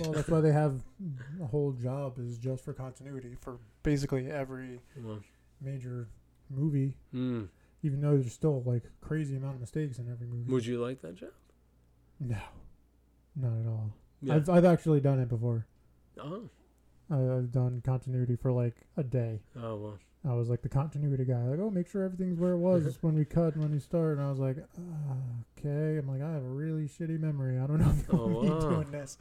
Well, that's why they have a whole job is just for continuity for basically every Well, major movie. mm. Even though there's still like crazy amount of mistakes in every movie. Would you like that job? No, not at all. Yeah. I've I've actually done it before. oh. I, I've done continuity for like a day. Oh well. I was like the continuity guy, like, oh, make sure everything's where it was when we cut and when we start. And I was like, uh, okay. I'm like, I have a really shitty memory. I don't know if you Oh, want me wow. doing this.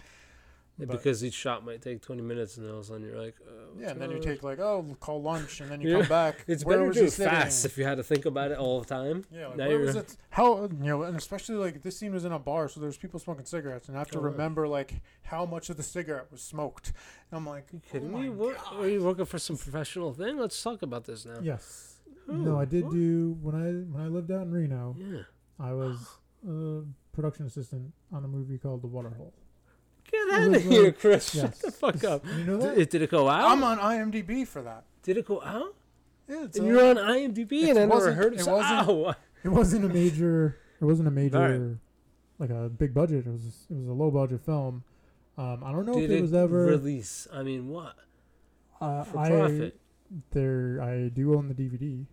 Yeah, But- because each shot might take 20 minutes, and all of a sudden you're like, uh, what's Yeah, and then you going on? take like, oh, call lunch, and then you Yeah. come back. It's Where better to was do you it sitting? fast if you had to think about it all the time. Yeah, like, Now where was you're- it? How you know, and especially like this scene was in a bar, so there's people smoking cigarettes, and I have to Oh, wow. remember like how much of the cigarette was smoked. And I'm like, You kidding oh my me? What, are you working for some professional thing? Let's talk about this now. Yes. Oh, no, I did what? do when I when I lived out in Reno. Yeah. I was a production assistant on a movie called The Waterhole. Get It out was, of here, uh, Chris. Shut yes. the fuck up. You know Did that? it, did it go out? I'm on IMDb for that. did it go out? Yeah, it's And a- you're on IMDb, It and I never wasn't- heard it of wasn't- Oh, it wasn't a major. It wasn't a major, Alright. like a big budget. It was it was a low budget film. Um, I don't know did if it, it was ever. release? I mean, what? uh, For I profit. there I do own the DVD.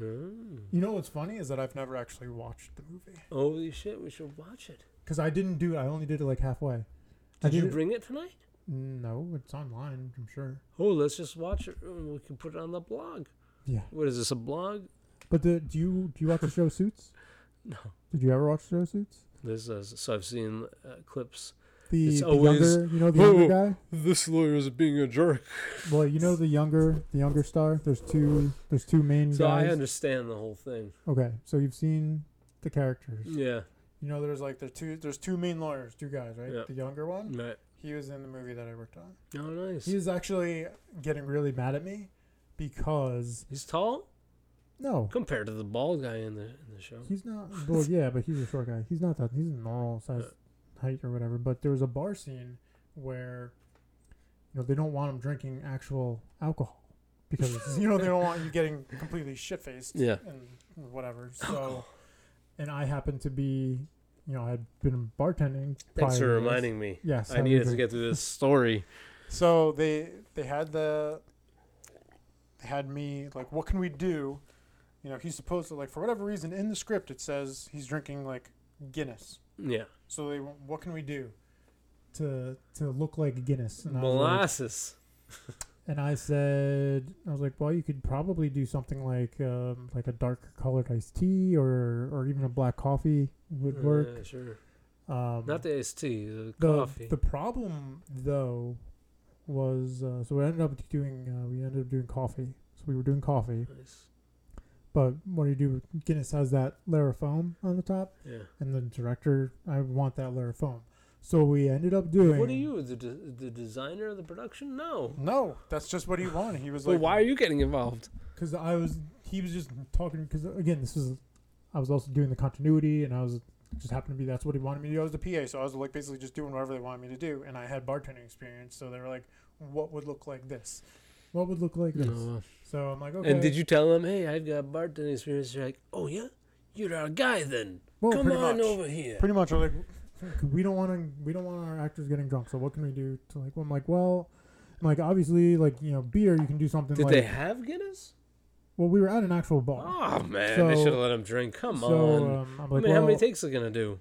Mm. You know what's funny is that I've never actually watched the movie Holy shit, we should watch it. because I didn't do it. I only did it like halfway. I Did you did it- bring it tonight? No, it's online. I'm sure. Oh, let's just watch it. and We can put it on the blog. Yeah, What is this, a blog? but the, do you do you watch the show Suits? No. Did you ever watch the show Suits? This is, so I've seen uh, clips. The, It's the always- younger, you know, the Whoa, younger whoa. guy. This lawyer is being a jerk. Well, you know the younger, the younger star. There's two. There's two main So I guys. understand the whole thing. Okay, so you've seen the characters. Yeah. You know, there's like there's two. There's two main lawyers, two guys, right? Yeah. Mm. The younger one. Right. He was in the movie that I worked on. Oh, nice. He He's, was actually getting really mad at me because tall no, compared to the bald guy in the in the show. he's not. Well, yeah, but he's a short guy. He's not that. He's a normal size height or whatever. But there was a bar scene where, you know, they don't want him drinking actual alcohol because you know they don't want you getting completely shit faced. Yeah. and whatever. So, and I happened to be, you know, I had been bartending. prior Thanks to for this. reminding me. Yes, I was needed to a- get through this story. So they they had the they had me like, what can we do? You know, he's supposed to like for whatever reason in the script it says he's drinking like Guinness. Yeah. So they went, what can we do to to look like Guinness? And I, was like- Molasses. and I said I was like, well, you could probably do something like um, like a dark colored iced tea or or even a black coffee would work. Yeah, sure. Um, Uh, Not the iced tea, the, the coffee. the problem though was uh, so we ended up doing uh, we ended up doing coffee. So we were doing coffee, nice. but what do you do? Guinness has that layer of foam on the top, Yeah. and the director, I want that layer of foam. So we ended up doing. What are you, the, de- the designer of the production? No. No, that's just what he wanted. He was So like, why are you getting involved? Because I was, he was just talking. Because again, this is, I was also doing the continuity, and I was just happened to be that's what he wanted me to do. I was the PA, so I was like basically just doing whatever they wanted me to do, and I had bartending experience, so they were like, "What would look like this?" What would look like this? No. So I'm like, uh, okay. And did you tell him, hey, I've got bartending experience? You're like, oh, yeah? You're our guy then. Well, Come pretty on much. over here. Pretty much, I'm like, we don't want to we don't want our actors getting drunk so what can we do to like well, i'm like well I'm like obviously like you know beer you can do something Did like they have Guinness? well we were at an actual bar Oh, man. they So- should have let him drink. Come so on. um, i'm like I mean, how many well, takes are going to do?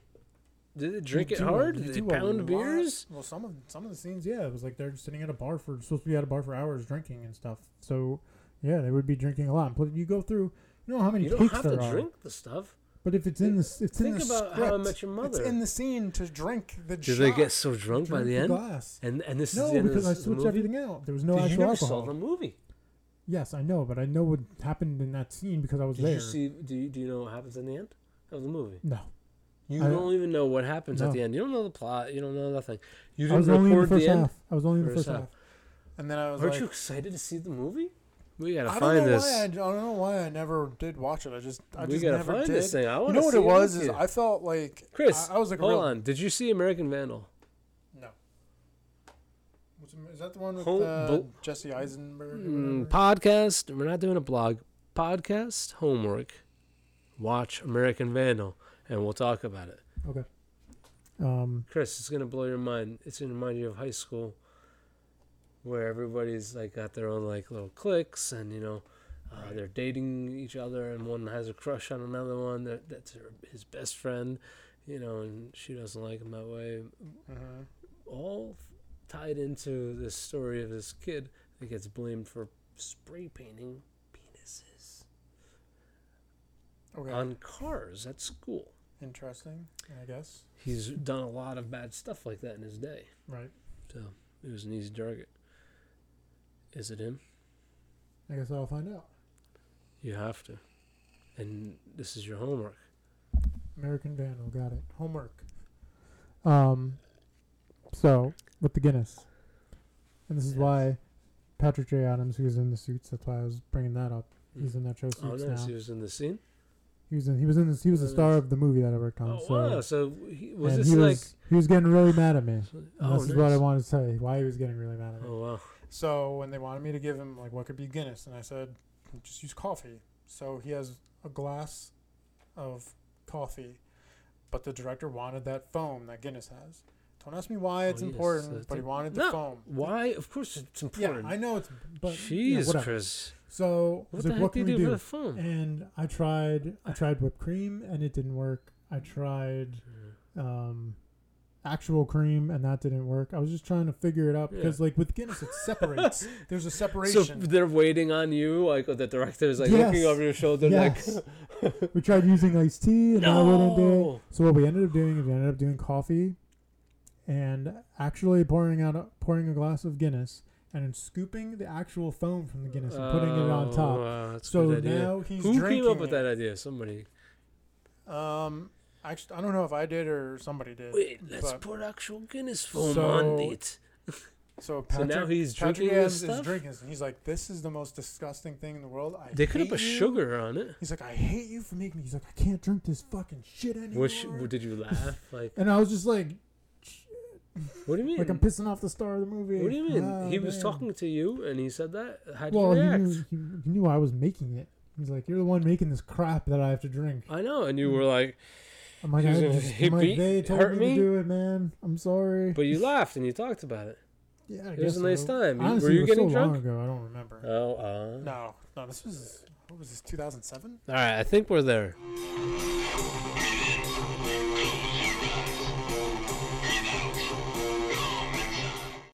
Did they drink you it do a- hard? you Did they do a pound lot- beers? well some of some of the scenes yeah it was like they're sitting at a bar for supposed to be at a bar for hours drinking and stuff so yeah they would be drinking a lot but you go through you know how many You don't takes have there to are drink the stuff. but if it's in the s- it's in Think the about script how I met your it's mother. in the scene to drink the. Did shot. they get so drunk by drink the end? glass And and this is no the end because i of the switched movie. everything out there was no Did actual you never alcohol saw the movie? yes i know but i know what happened in that scene because i was Did there you see? Do you, do you know what happens in the end of the movie? no You I- don't even know what happens No. at the end. You don't know the plot. You don't know nothing. You I didn't was only in the record first end. half. I was only in the First first half. half. And then I was Aren't like, you excited to see the movie? We gotta I don't know find this. why I, I don't know why I never did watch it. I just I we just gotta never find did. this thing. I you want know what it was Is is I felt like Chris, I, I was like a hold real, on. Did you see American Vandal? no. What's the- Is that the one with Home- uh, Bo- Jesse Eisenberg? or Mm, whatever? podcast. We're not doing a blog. Podcast homework. Watch American Vandal, and we'll talk about it. Okay. Um, Chris, it's gonna blow your mind. It's gonna remind you of high school, where everybody's like got their own like little cliques, and you know, uh, Right. they're dating each other, and one has a crush on another one. That that's her, his best friend, you know, and she doesn't like him that way. hmm Mm-hmm. All f- tied into this story of this kid that gets blamed for spray painting penises Okay. on cars at school. Interesting, I guess. He's done a lot of bad stuff like that in his day. right. So it was an easy target. Is it him? I guess I'll find out. You have to. And this is your homework. American Vandal, got it. Homework. Um, so with the Guinness, and this is Yes. why Patrick J. Adams, who's in the suits, that's why I was bringing that up. He's in that show Oh, suits nice. now. He was in the scene. He was in. He was in. This, he was the Oh, star nice. of the movie that I worked on. Oh, Um, so wow. So he, was and this he like. was he was getting really mad at me. And oh, this nice. is what I wanted to say. Why he was getting really mad at me. oh, wow. So when they wanted me to give him like what could be Guinness, and I said just use coffee. So he has a glass of coffee, but the director wanted that foam that Guinness has. Don't ask me why Oh, it's yes, important, that's but he it. wanted the No, foam. Why? Of course it's Yeah, important. I know it's but yeah, Jeez, whatever. Chris. So I What was the like, heck what do can you we do, do? with a phone? And I tried I tried whipped cream and it didn't work. I tried um actual cream and that didn't work. I was just trying to figure it out because like with Guinness it separates. There's a So separation. they're waiting on you, like the director is like Yes. looking over your shoulder, Yes. like, we tried using iced tea and that wouldn't do it. no. So what we ended up doing is we ended up doing coffee and actually pouring out a, pouring a glass of Guinness and then scooping the actual foam from the Guinness and putting it on Oh, top. wow, that's a so good idea. now He's Who drinking came up with it. that idea? Somebody. Um, actually, I don't know if I did or somebody did. Wait, let's But- put actual Guinness foam So- on it. So So Patrick, now he's Patrick drinking Adams this is stuff. drinking this, and he's like, "This is the most disgusting thing in the world." I They could have hate put you." sugar on it. He's like, "I hate you for making me." He's like, I can't drink this fucking shit anymore. Which did you laugh? Like, and I was just like, what do you mean? like I'm pissing off the star of the movie. what do you mean? Ah, he was man. talking to you and he said that. How did Well, you he react? knew, he, he knew I was making it. He's like, "You're the one making this crap that I have to drink." I know, and you were like, I'm like, He I was a just, I'm like hippie. "They It told hurt me, me." to do it, man. I'm sorry." but you laughed and you talked about it. yeah, I It was guess a nice so. time. You- Honestly, were it you was getting so drunk? Long ago, I don't I remember. remember. Oh, uh. No, no, this was what was this 2007? All right, I think we're there.